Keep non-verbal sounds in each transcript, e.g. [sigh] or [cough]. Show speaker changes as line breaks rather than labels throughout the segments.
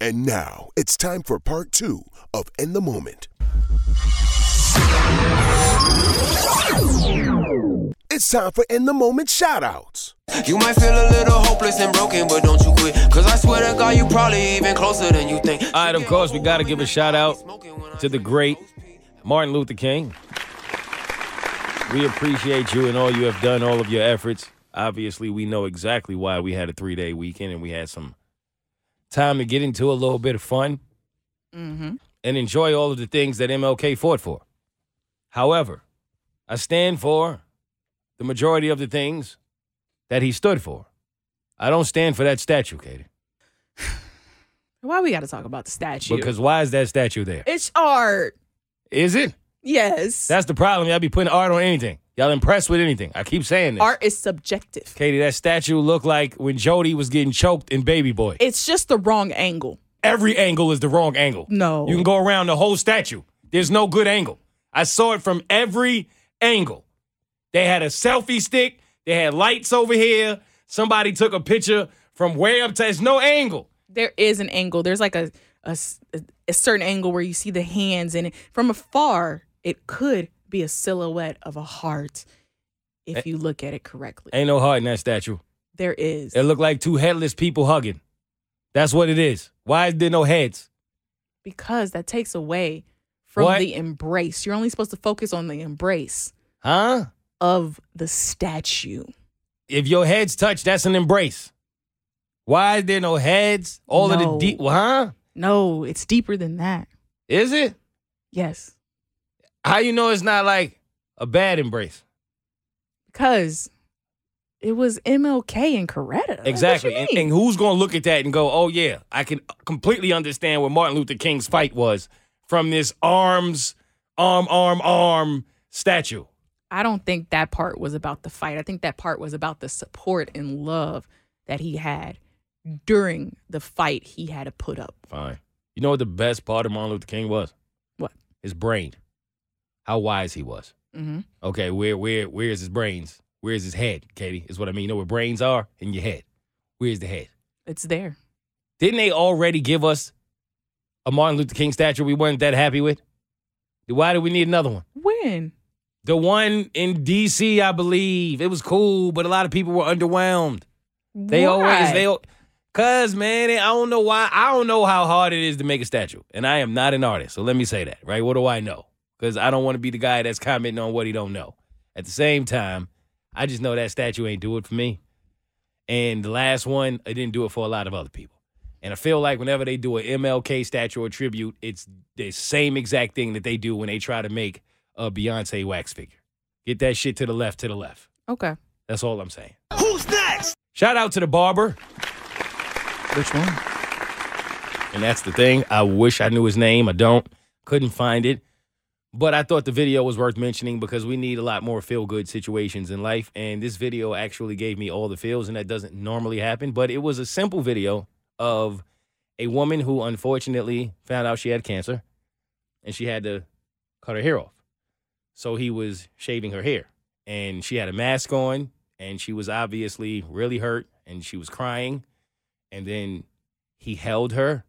And now it's time for part two of In the Moment. It's time for In the Moment shoutouts.
You might feel a little hopeless and broken, but don't you quit. Cause I swear to God, you probably even closer than you think.
All right, of course, we got to give a shout out to the great Martin Luther King. We appreciate you and all you have done, all of your efforts. Obviously, we know exactly why we had a three day weekend and we had some time to get into a little bit of fun and enjoy all of the things that MLK fought for. However, I stand for the majority of the things that he stood for. I don't stand for that statue, Katie.
Why we got to talk about the statue?
Because why is that statue there?
it's art.
Is it?
Yes.
That's the problem. Y'all be putting art on anything. Y'all impressed with anything. I keep saying this.
art is subjective.
Katie, that statue looked like when Jody was getting choked in Baby Boy.
It's just the wrong angle.
Every angle is the wrong angle.
No.
You can go around the whole statue. There's no good angle. I saw it from every angle. They had a selfie stick, they had lights over here. Somebody took a picture from way up to there's no angle.
There is an angle. There's like a, a s- a certain angle where you see the hands, and from afar, it could be a silhouette of a heart if you look at it correctly.
Ain't no heart in that statue.
There is.
It looked like two headless people hugging. That's what it is. Why is there no heads?
because that takes away from
What?
the embrace. You're only supposed to focus on the embrace
Huh?
of the statue.
if your heads touch, that's an embrace. Why is there no heads? All of the
No.
deep, huh?
No, it's deeper than that.
Is it?
Yes.
How you know it's not like a bad embrace?
Because it was MLK and Coretta. Like, what you
Exactly. And,
mean?
and who's gonna look at that and go, "Oh yeah, I can completely understand what Martin Luther King's fight was from this arms, arm, arm, arm statue."
I don't think that part was about the fight. I think that part was about the support and love that he had during the fight he had to put up.
Fine. You know what the best part of Martin Luther King was?
What?
His brain. How wise he was.
hmm
Okay, where where where's his brains? Where's his head, Katie? Is what I mean. You know where brains are? In your head. Where's the head?
It's there.
Didn't they already give us a Martin Luther King statue we weren't that happy with? Why do we need another one?
When?
The one in DC, I believe. It was cool, but a lot of people were underwhelmed. They always they al- cuz man, I don't know why. I don't know how hard it is to make a statue. And I am not an artist. So let me say that, right? What do I know? Cuz I don't want to be the guy that's commenting on what he don't know. At the same time, I just know that statue ain't do it for me. And the last one, it didn't do it for a lot of other people. And I feel like whenever they do a MLK statue or tribute, it's the same exact thing that they do when they try to make a Beyonce wax figure. Get that shit to the left, to the left.
Okay.
That's all I'm saying. Who's next? Shout out to the barber.
Which one?
And that's the thing. I wish I knew his name. I don't. Couldn't find it. But I thought the video was worth mentioning because we need a lot more feel good situations in life. And this video actually gave me all the feels, and that doesn't normally happen. But it was a simple video of a woman who unfortunately found out she had cancer and she had to cut her hair off. So he was shaving her hair and she had a mask on and she was obviously really hurt and she was crying. And then he held her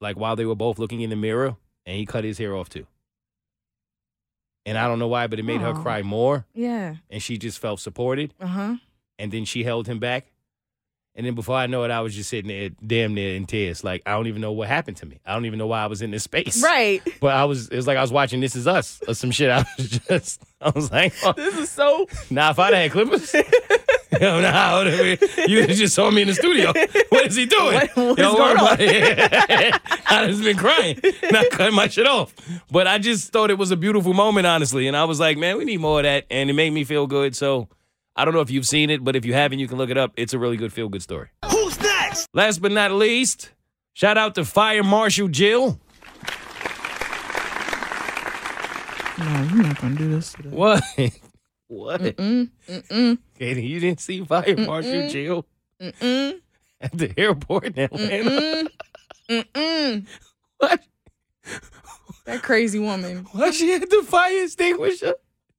like while they were both looking in the mirror and he cut his hair off too. And I don't know why, but it made her
Aw.
cry more
Yeah.
and she just felt supported
Uh huh.
and then she held him back. And then before I know it, I was just sitting there, damn near in tears. Like I don't even know what happened to me. I don't even know why I was in this space.
Right. [laughs]
But I was. It was like I was watching This Is Us or some shit. I was [laughs] just. I was like, oh,
This is so
nah. If I'd had
[laughs]
Clippers, [laughs] hell nah, I would've been- you would've just saw me in the
[laughs]
studio. What is he doing?
What- what
Don't
is
worry
going on?
about it. [laughs] I just been crying, not cutting my shit off. But I just thought it was a beautiful moment, honestly. And I was like, man, we need more of that. And it made me feel good. So I don't know if you've seen it, but if you haven't, you can look it up. It's a really good feel good story. Who's next? Last but not least, shout out to Fire Marshal Jill.
No, you're not gonna do this. To them.
What? What?
Mm, mm-mm,
Katie, you didn't see Fire Marshal Jill
mm-mm,
at the airport in Atlanta?
mm, mm-mm.
What?
Mm, That crazy woman.
Why she had the fire extinguisher?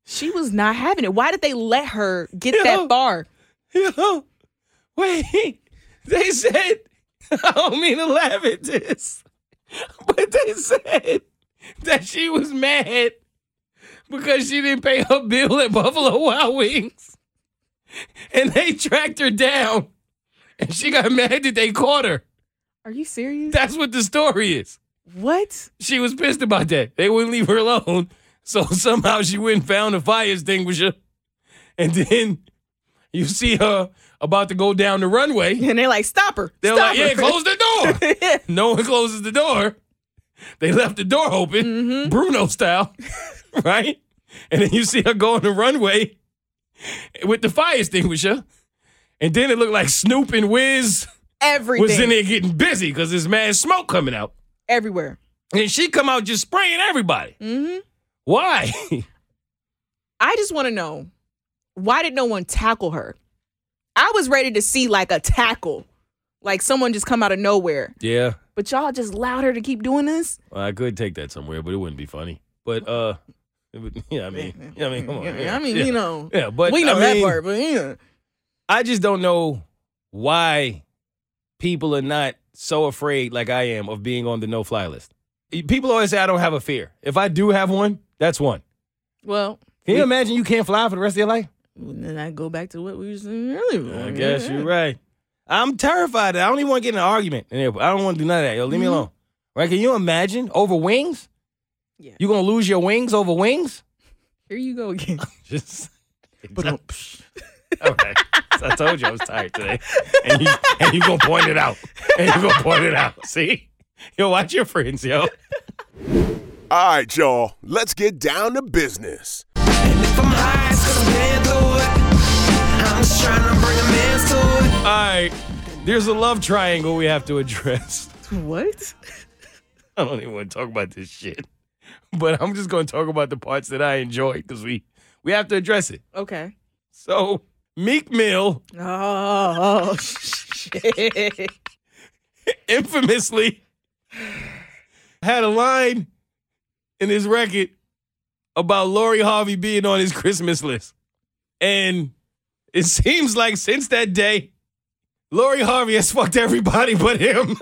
She was not having it. Why did they let her
[laughs]
get
Yo.
that far?
Yo, wait. They said, [laughs] I don't mean to laugh at this, but they said that she was mad because she didn't pay her bill at Buffalo Wild Wings. And they tracked her down. And she got mad that they caught her.
Are you serious?
That's what the story is.
what?
She was pissed about that. They wouldn't leave her alone. So [laughs] somehow she went and found a fire extinguisher. And then you see her about to go down the runway.
And they're like, stop her.
They're
stop
like, yeah,
her.
close
[laughs]
the door. no one closes the door. They left the door open,
Mm-hmm.
Bruno style, [laughs] right? And then you see her go on the runway with the fire extinguisher. And then it looked like Snoop and Wiz
[laughs] Everything.
was in there getting busy because there's mad smoke coming out.
Everywhere.
And she come out just spraying everybody.
hmm
Why? [laughs]
I just want to know why did no one tackle her? I was ready to see like a tackle, like someone just come out of nowhere.
yeah,
But y'all just allowed her to keep doing this.
well, I could take that somewhere, but it wouldn't be funny. But uh, it would, [laughs] yeah, I
[laughs]
mean, yeah, I mean, come on.
Yeah,
yeah,
I mean,
yeah.
you know,
yeah, but
we know
I
that
mean,
part, but yeah.
I just don't know why people are not so afraid, like I am, of being on the no-fly list. People always say I don't have a fear. If I do have one, that's one.
Well,
Can you imagine you can't fly for the rest of your life?
then I go back to what we were saying earlier.
I guess you're right. I'm terrified. I don't even want to get in an argument. in the airport. I don't want to do none of that. Yo, leave me alone. Right? Can you imagine over wings?
Yeah.
You gonna lose your wings over wings?
[laughs] Here you go again.
[laughs] Just.
But um,
[laughs] All right. So I told you I was tired today, and you and you gonna point it out, and you gonna point it out. See, yo, watch your friends, yo.
All right, y'all, let's get down to business.
If I'm high, it's cause I'm paying through it. I'm just trying to bring a man to it.
All right, there's a love triangle we have to address.
what?
[laughs] I don't even want to talk about this shit, [laughs] but I'm just gonna talk about the parts that I enjoy because we we have to address it.
Okay.
So Meek Mill
Oh [laughs] shit.
[laughs] infamously had a line in his record about Lori Harvey being on his Christmas list. And it seems like since that day, Lori Harvey has fucked everybody but him.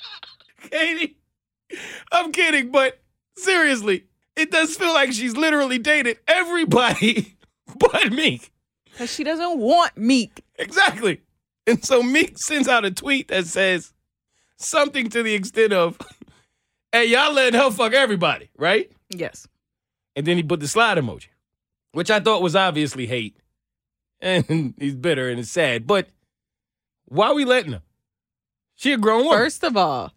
[laughs] Katie, I'm kidding, but seriously, it does feel like she's literally dated everybody [laughs] but Meek.
Cause she doesn't want Meek.
Exactly. And so Meek sends out a tweet that says something to the extent of, hey, y'all letting her fuck everybody, right?
Yes.
And then he put the slide emoji, which I thought was obviously hate. And [laughs] he's bitter and it's sad. But why we letting her? She a grown woman.
First of all,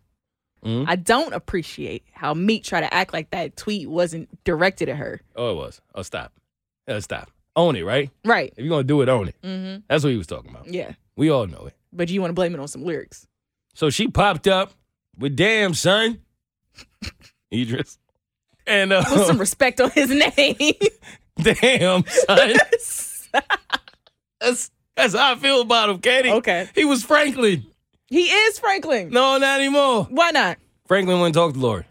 Mhm.
I don't appreciate how Meek tried to act like that tweet wasn't directed at her.
Oh, it was. Oh, stop. Oh, stop. Own it, right?
Right.
If you're going to do it, own it.
hmm
That's what he was talking about.
Yeah.
We all know it.
But you want to blame it on some lyrics.
So she popped up with damn son, [laughs] Idris, and uh, [laughs]
Put some respect on his [laughs] name.
damn son. That's that's how I feel about him, Katie.
Okay.
he was Franklin.
he is Franklin.
No, not anymore.
Why not?
Franklin wouldn't talk to Lori.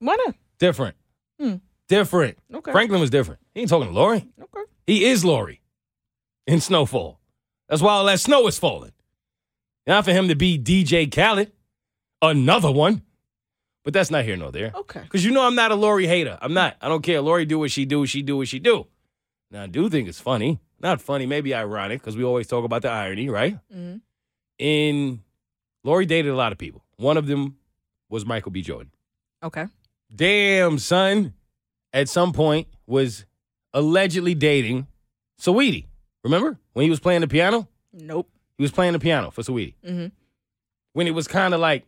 Why not?
Different.
Hmm.
Different.
Okay.
Franklin was different. He ain't talking to Lori.
Okay.
He is Lori in Snowfall. That's why all that snow is falling. Not for him to be DJ Khaled, another one. But that's not here nor there.
Okay.
Because you know I'm not a Lori hater. I'm not. I don't care. Lori do what she do. She do what she do. Now I do think it's funny. Not funny, maybe ironic, because we always talk about the irony, right?
Mhm.
in Lori dated a lot of people. One of them was Michael B. Jordan.
Okay.
Damn, son, at some point was allegedly dating Saweetie. Remember when he was playing the piano?
Nope.
He was playing the piano for Saweetie.
Mhm.
When it was kind of like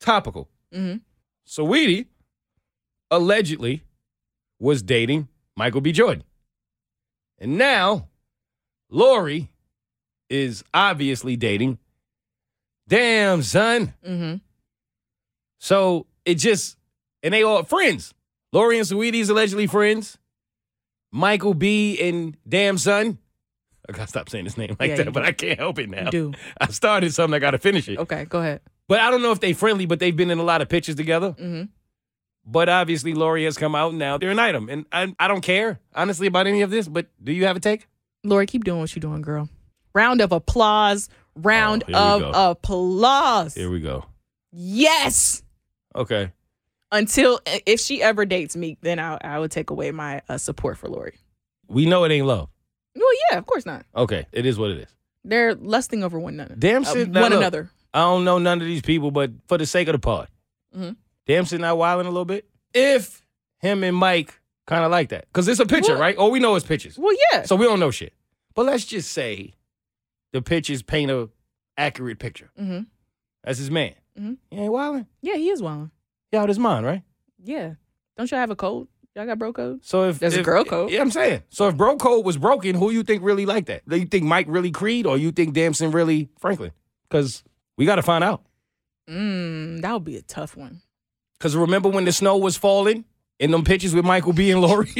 topical.
Mhm.
Saweetie allegedly was dating Michael B. Jordan. And now Lori is obviously dating. Damn, son.
Mhm.
So it just, and they all friends. Lori and Sweetie's allegedly friends. Michael B and Damn Son. I gotta stop saying his name like
Yeah, you
that, but I can't help it now.
You do.
I started something, I gotta finish it.
Okay, go ahead.
But I don't know if they friendly, but they've been in a lot of pictures together.
Mhm.
But obviously, Lori has come out now. They're an item. And I, I don't care, honestly, about any of this, but do you have a take?
Lori, keep doing what you're doing, girl. Round of applause. Round
Oh, here we go.
of applause.
we go.
yes.
Okay.
Until if she ever dates Meek, then I, I would take away my uh, support for Lori.
We know it ain't love.
Well, yeah, of course not.
Okay. It is what it is.
They're lusting over one another.
Damn
uh,
shit, now
one
look.
another.
I don't know none of these people, but for the sake of the pod,
Mhm.
damn sitting out wilding a little bit. If him and Mike kind of like that, because it's a picture,
Well-
right? All we know is pictures,
Well, yeah.
so we don't know shit. But let's just say the pictures paint a accurate picture.
hmm
That's his man.
Mhm.
He ain't wilding.
Yeah, he is wilding.
He out his mind, right?
Yeah. Don't y'all have a code? Y'all got bro codes?
So if
There's a
if-
girl code.
yeah, I'm saying. So if bro code was broken, who you think really like that? Do you think Mike really Creed, or you think Damson really Franklin? Because we got to find out.
Mm, that would be a tough one.
Because remember when the snow was falling in them pictures with Michael B and [laughs] Lori?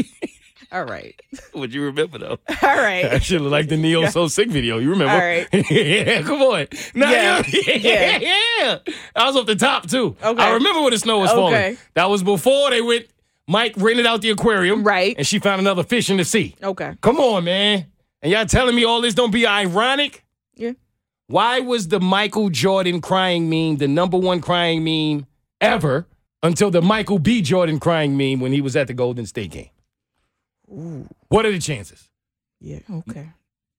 All right.
[laughs] Would you remember though?
[laughs] All
I [laughs]
right.
should have liked the Neo So Sick video. You remember?
All right.
[laughs] yeah, come on. Nah,
Yeah.
yeah. yeah,
[laughs] Yeah.
I was up the top too.
Okay.
I remember when the snow was falling.
Okay.
That was before they went. Mike rented out the aquarium.
Right.
And she found another fish in the sea.
Okay.
Come on, man. And y'all telling me all this don't be ironic?
Yeah.
Why was the Michael Jordan crying meme the number one crying meme ever until the Michael B. Jordan crying meme when he was at the Golden State game? What are the chances?
Yeah. Okay.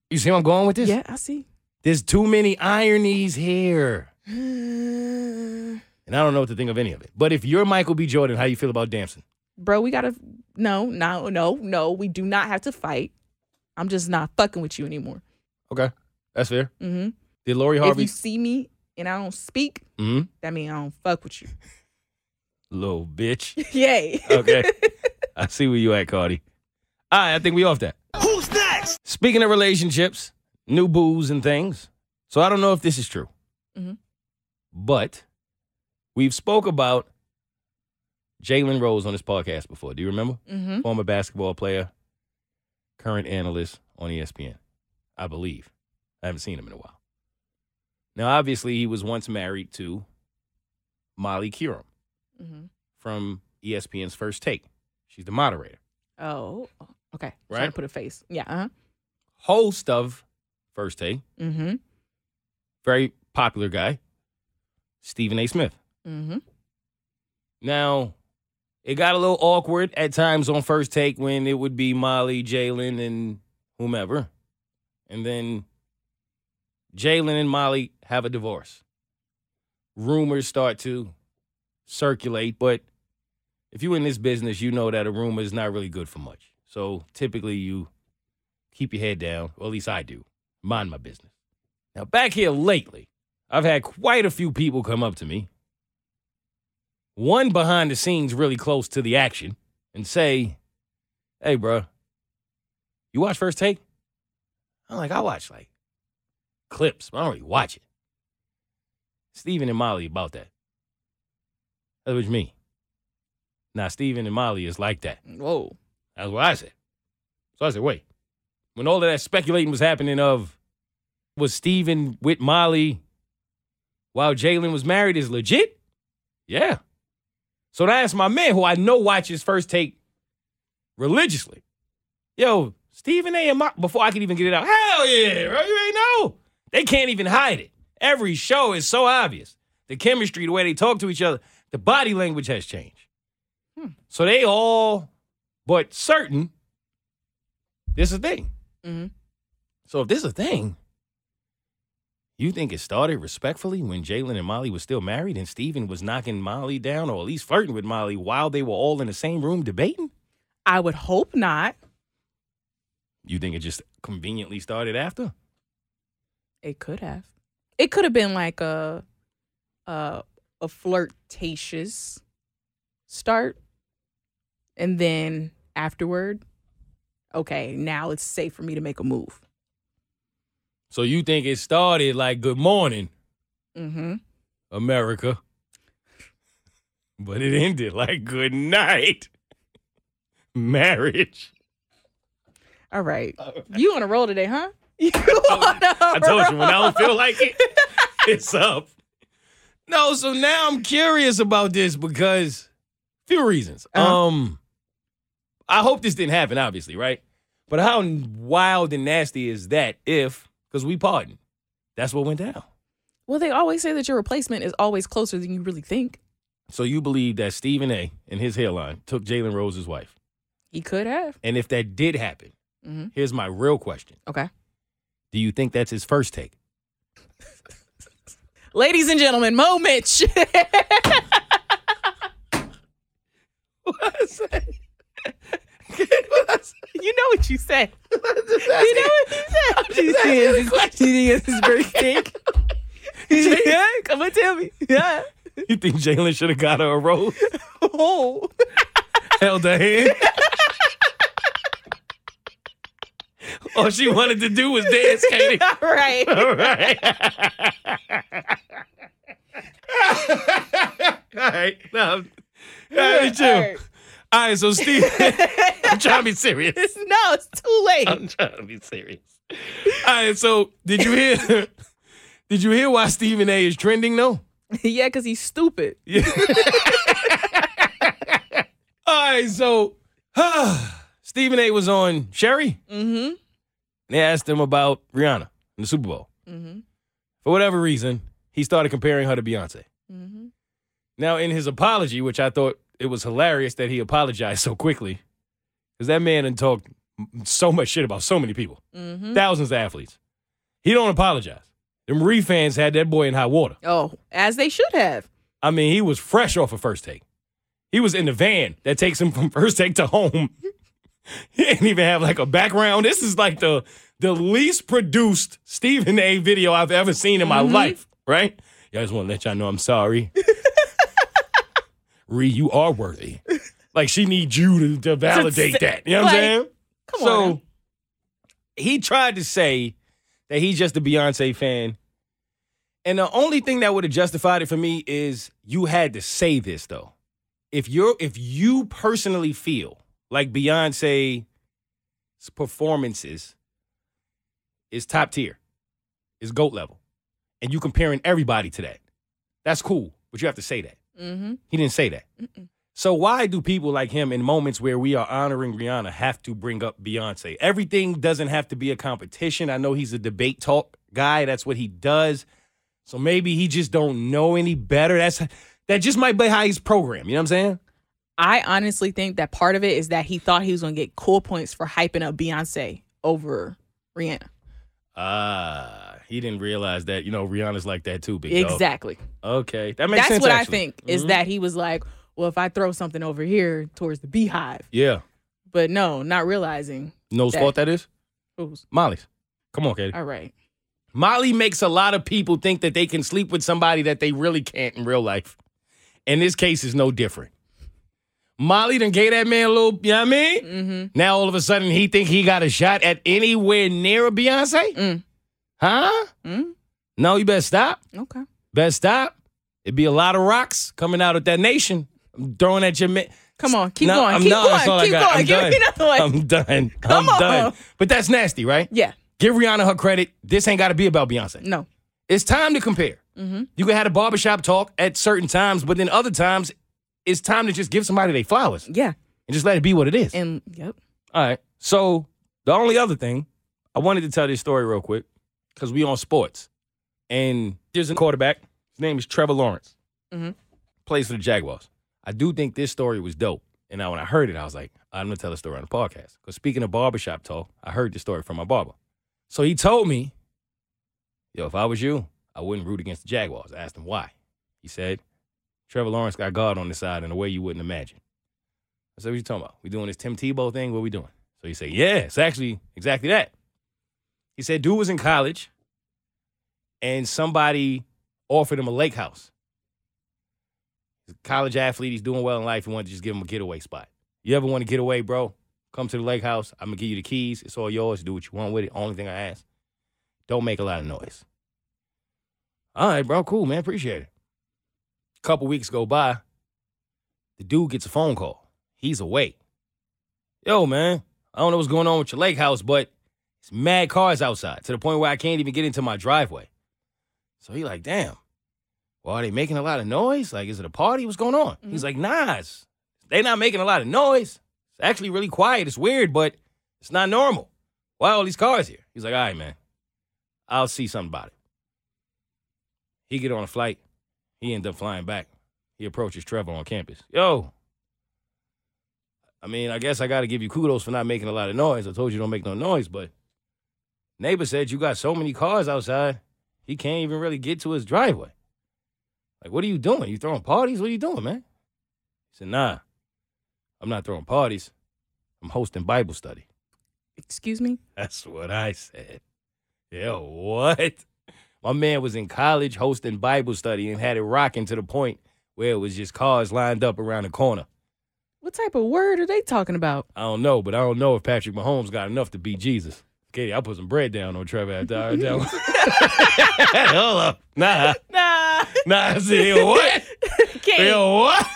You see where I'm going with this?
Yeah, I see. [sighs]
There's too many ironies here.
Bro,
And I don't know what to think of any of it. But if you're Michael B. Jordan, how you feel about Damson?
we gotta no, no, no, no. We do not have to fight. I'm just not fucking with you anymore.
Okay. That's fair.
hmm
Did Lori
If
Harvey?
you see me and I don't speak,
Mhm.
that means I don't fuck with you. [laughs]
Little bitch.
Yay.
Okay. [laughs] I see where you at, Cardi. All right, I think we off that. Who's next? Speaking of relationships, new booze and things. So I don't know if this is true,
Mhm.
but we've spoke about Jalen Rose on this podcast before. Do you remember?
hmm
Former basketball player, current analyst on E ESPN, I believe. I haven't seen him in a while. Now, obviously, he was once married to Molly Curum
hmm
from E ESPN's First Take. She's the moderator,
Oh. Okay. Trying
Right?
to put a face. Yeah. Uh-huh.
host of First Take,
Mm-hmm.
very popular guy, Stephen A. Smith.
Mm-hmm.
Now, it got a little awkward at times on First Take when it would be Molly, Jalen, and whomever. And then Jalen and Molly have a divorce. Rumors start to circulate, but if you're in this business, you know that a rumor is not really good for much. So typically you keep your head down, or at least I do, mind my business. Now, back here lately, I've had quite a few people come up to me one behind the scenes really close to the action and say, hey, bro, you watch First Take? I'm like, I watch like clips, but I don't really watch it. Steven and Molly about that. That's what you mean. Now, Steven and Molly is like that.
Whoa.
That's what I said. So I said, wait. When all of that speculating was happening of was Steven with Molly while Jalen was married is legit? Yeah. So then I asked my man who I know watches first take religiously. Yo, Stephen A and Molly, before I could even get it out, hell yeah, bro, you ain't know. They can't even hide it. Every show is so obvious. The chemistry, the way they talk to each other, the body language has changed. So they all but certain this is a thing.
Mhm.
So if this is a thing, You think it started respectfully when Jalen and Molly was still married and Steven was knocking Molly down or at least flirting with Molly while they were all in the same room debating?
I would hope not.
You think it just conveniently started after?
It could have. It could have been like a a, a flirtatious start, and then afterward, okay, now it's safe for me to make a move.
So you think it started like good morning,
Mm-hmm.
America. [laughs] But it ended like good night. [laughs] Marriage.
All
[laughs]
right, you on a roll today, huh? [laughs] You on a
I told you when I don't feel like [laughs] it, it's up. No, so now I'm curious about this because few reasons.
Uh-huh.
Um I hope this didn't happen, obviously, right? But how wild and nasty is that if because we pardon. That's what went down.
Well, they always say that your replacement is always closer than you really think.
So you believe that Stephen A and his hairline took Jalen Rose's wife.
He could have.
And if that did happen,
Mhm.
here's my real question.
Okay.
Do you think that's his first take? [laughs]
Ladies and gentlemen, Mo Mitch. [laughs] You know what you said. you know what you said. She thinks it's- she thinks it's very [laughs] fake. [laughs] yeah, come on, tell me. Yeah.
You think Jalen should have got her a rose,
Oh.
held her hand? All she wanted to do was dance, Katie.
[laughs] All right. [laughs]
[laughs] All right. All right. No. All right, chill.
All right.
All right, so
[laughs]
Steve, I'm trying to be serious.
It's- no, it's too late.
I'm trying to be serious. All right, so did you hear? [laughs] did you hear why Stephen A. is trending though?
[laughs] yeah, because he's stupid.
Yeah. All right, so [sighs] Stephen A. was on Sherry.
Mm-hmm.
They asked him about Rihanna in the Super Bowl.
Mm-hmm.
For whatever reason, he started comparing her to Beyonce.
Mm-hmm.
Now, in his apology, which I thought it was hilarious that he apologized so quickly, because that man had talked m- so much shit about so many people.
Mm-hmm.
thousands of athletes. He don't apologize. Them Ree fans had that boy in hot water.
Oh, as they should have.
I mean, he was fresh off of first take. He was in the van that takes him from [laughs] first take to home. he didn't even have like a background. This is like the the least produced Stephen A video I've ever seen in my life, right? Y'all just want to let y'all know I'm sorry. Ree, you are worthy. Like she needs you to, to validate that. You know what
like,
I'm saying?
Come
so
on. now.
he tried to say that he's just a Beyonce fan. And the only thing that would have justified it for me is you had to say this though. If you're if you personally feel like Beyonce's performances is top tier, is GOAT level, and you comparing everybody to that, that's cool. But you have to say that.
Mm-hmm.
He didn't say that. So why do people like him in moments where we are honoring Rihanna have to bring up Beyonce? Everything doesn't have to be a competition. I know he's a debate talk guy. That's what he does. So maybe he just don't know any better. That's that just might be how he's programmed. You know what I'm saying?
I honestly think that part of it is that he thought he was gonna get cool points for hyping up Beyonce over Rihanna.
Ah, he didn't realize that. You know, Rihanna's like that too, big dog.
Exactly.
Okay, that makes
That's
sense.
what
actually.
I think is
Mhm.
that he was like, well, if I throw something over here towards the beehive,
Yeah,
but no, not realizing
knows
That-
fault that is
who's
Molly's. Come on, Katie.
all right.
Molly makes a lot of people think that they can sleep with somebody that they really can't in real life. And this case is no different. Molly done gave that man a little, you know what I mean?
Mm-hmm.
Now all of a sudden he think he got a shot at anywhere near a Beyonce?
Mm.
Huh?
Mm,
No, you better stop.
okay.
Better stop. It'd be a lot of rocks coming out of that nation. I'm throwing at your man.
Come on, keep
No,
going,
I'm
keep
done. That's all
going,
I
keep
got.
going.
I'm
Give
done.
me another one.
I'm done.
Come
I'm
on.
done. But that's nasty, right?
yeah,
Give Rihanna her credit. This ain't got to be about Beyonce.
no.
It's time to compare.
Mm-hmm.
You can have a barbershop talk at certain times, but then other times it's time to just give somebody their flowers and
Yeah,
just let it be what it is.
and yep.
All right. So the only other thing I wanted to tell this story real quick because we on sports, and there's a quarterback. His name is Trevor Lawrence.
Mhm.
Plays for the Jaguars. I do think this story was dope. And I, when I heard it, I was like, I'm gonna tell this story on the podcast. Because speaking of barbershop talk, I heard this story from my barber. So he told me Yo, if I was you, I wouldn't root against the Jaguars. I asked him why. He said, Trevor Lawrence got God on the side in a way you wouldn't imagine. I said, What you talking about? We doing this Tim Tebow thing? What we doing? So he said, Yeah, it's actually exactly that. He said, Dude was in college and somebody offered him a lake house. He's a college athlete, he's doing well in life. He wanted to just give him a getaway spot. You ever want to get away, bro? Come to the lake house. I'm gonna give you the keys. It's all yours. Do what you want with it. Only thing I ask, don't make a lot of noise. All right, bro. Cool, man. Appreciate it. couple weeks go by. The dude gets a phone call. He's away. Yo, man. I don't know what's going on with your lake house, but it's mad cars outside to the point where I can't even get into my driveway. So he like, damn. Well, are they making a lot of noise? Like, is it a party? What's going on? He's like, nah, it's- they not making a lot of noise. It's actually really quiet. It's weird, but it's not normal. Why all these cars here? He's like, all right, man. I'll see something about it. He get on a flight. He end up flying back. He approaches Trevor on campus. Yo. I mean, I guess I got to give you kudos for not making a lot of noise. I told you don't make no noise, but neighbor said you got so many cars outside, he can't even really get to his driveway. Like, what are you doing? You throwing parties? What are you doing, man? He said, nah, I'm not throwing parties. I'm hosting Bible study.
Excuse me?
[laughs] That's what I said. Yeah, what? My man was in college hosting Bible study and had it rocking to the point where it was just cars lined up around the corner.
What type of word are they talking about?
I don't know, but I don't know if Patrick Mahomes got enough to beat Jesus. Katie, I put some bread down on Trevor after I heard that one. Hold up. Nah.
[laughs] Nah.
Nah, I said, yo,
[laughs]
what? Yo, what?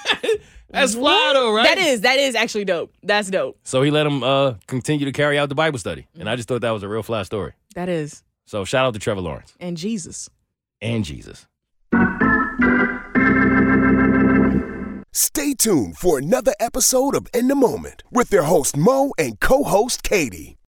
That's fly though, right?
That is that is actually dope. That's dope.
So he let him uh, continue to carry out the Bible study. And I just thought that was a real fly story.
That is.
So shout out to Trevor Lawrence
And Jesus.
and Jesus.
Stay tuned for another episode of In the Moment with their host Mo and co-host Katie.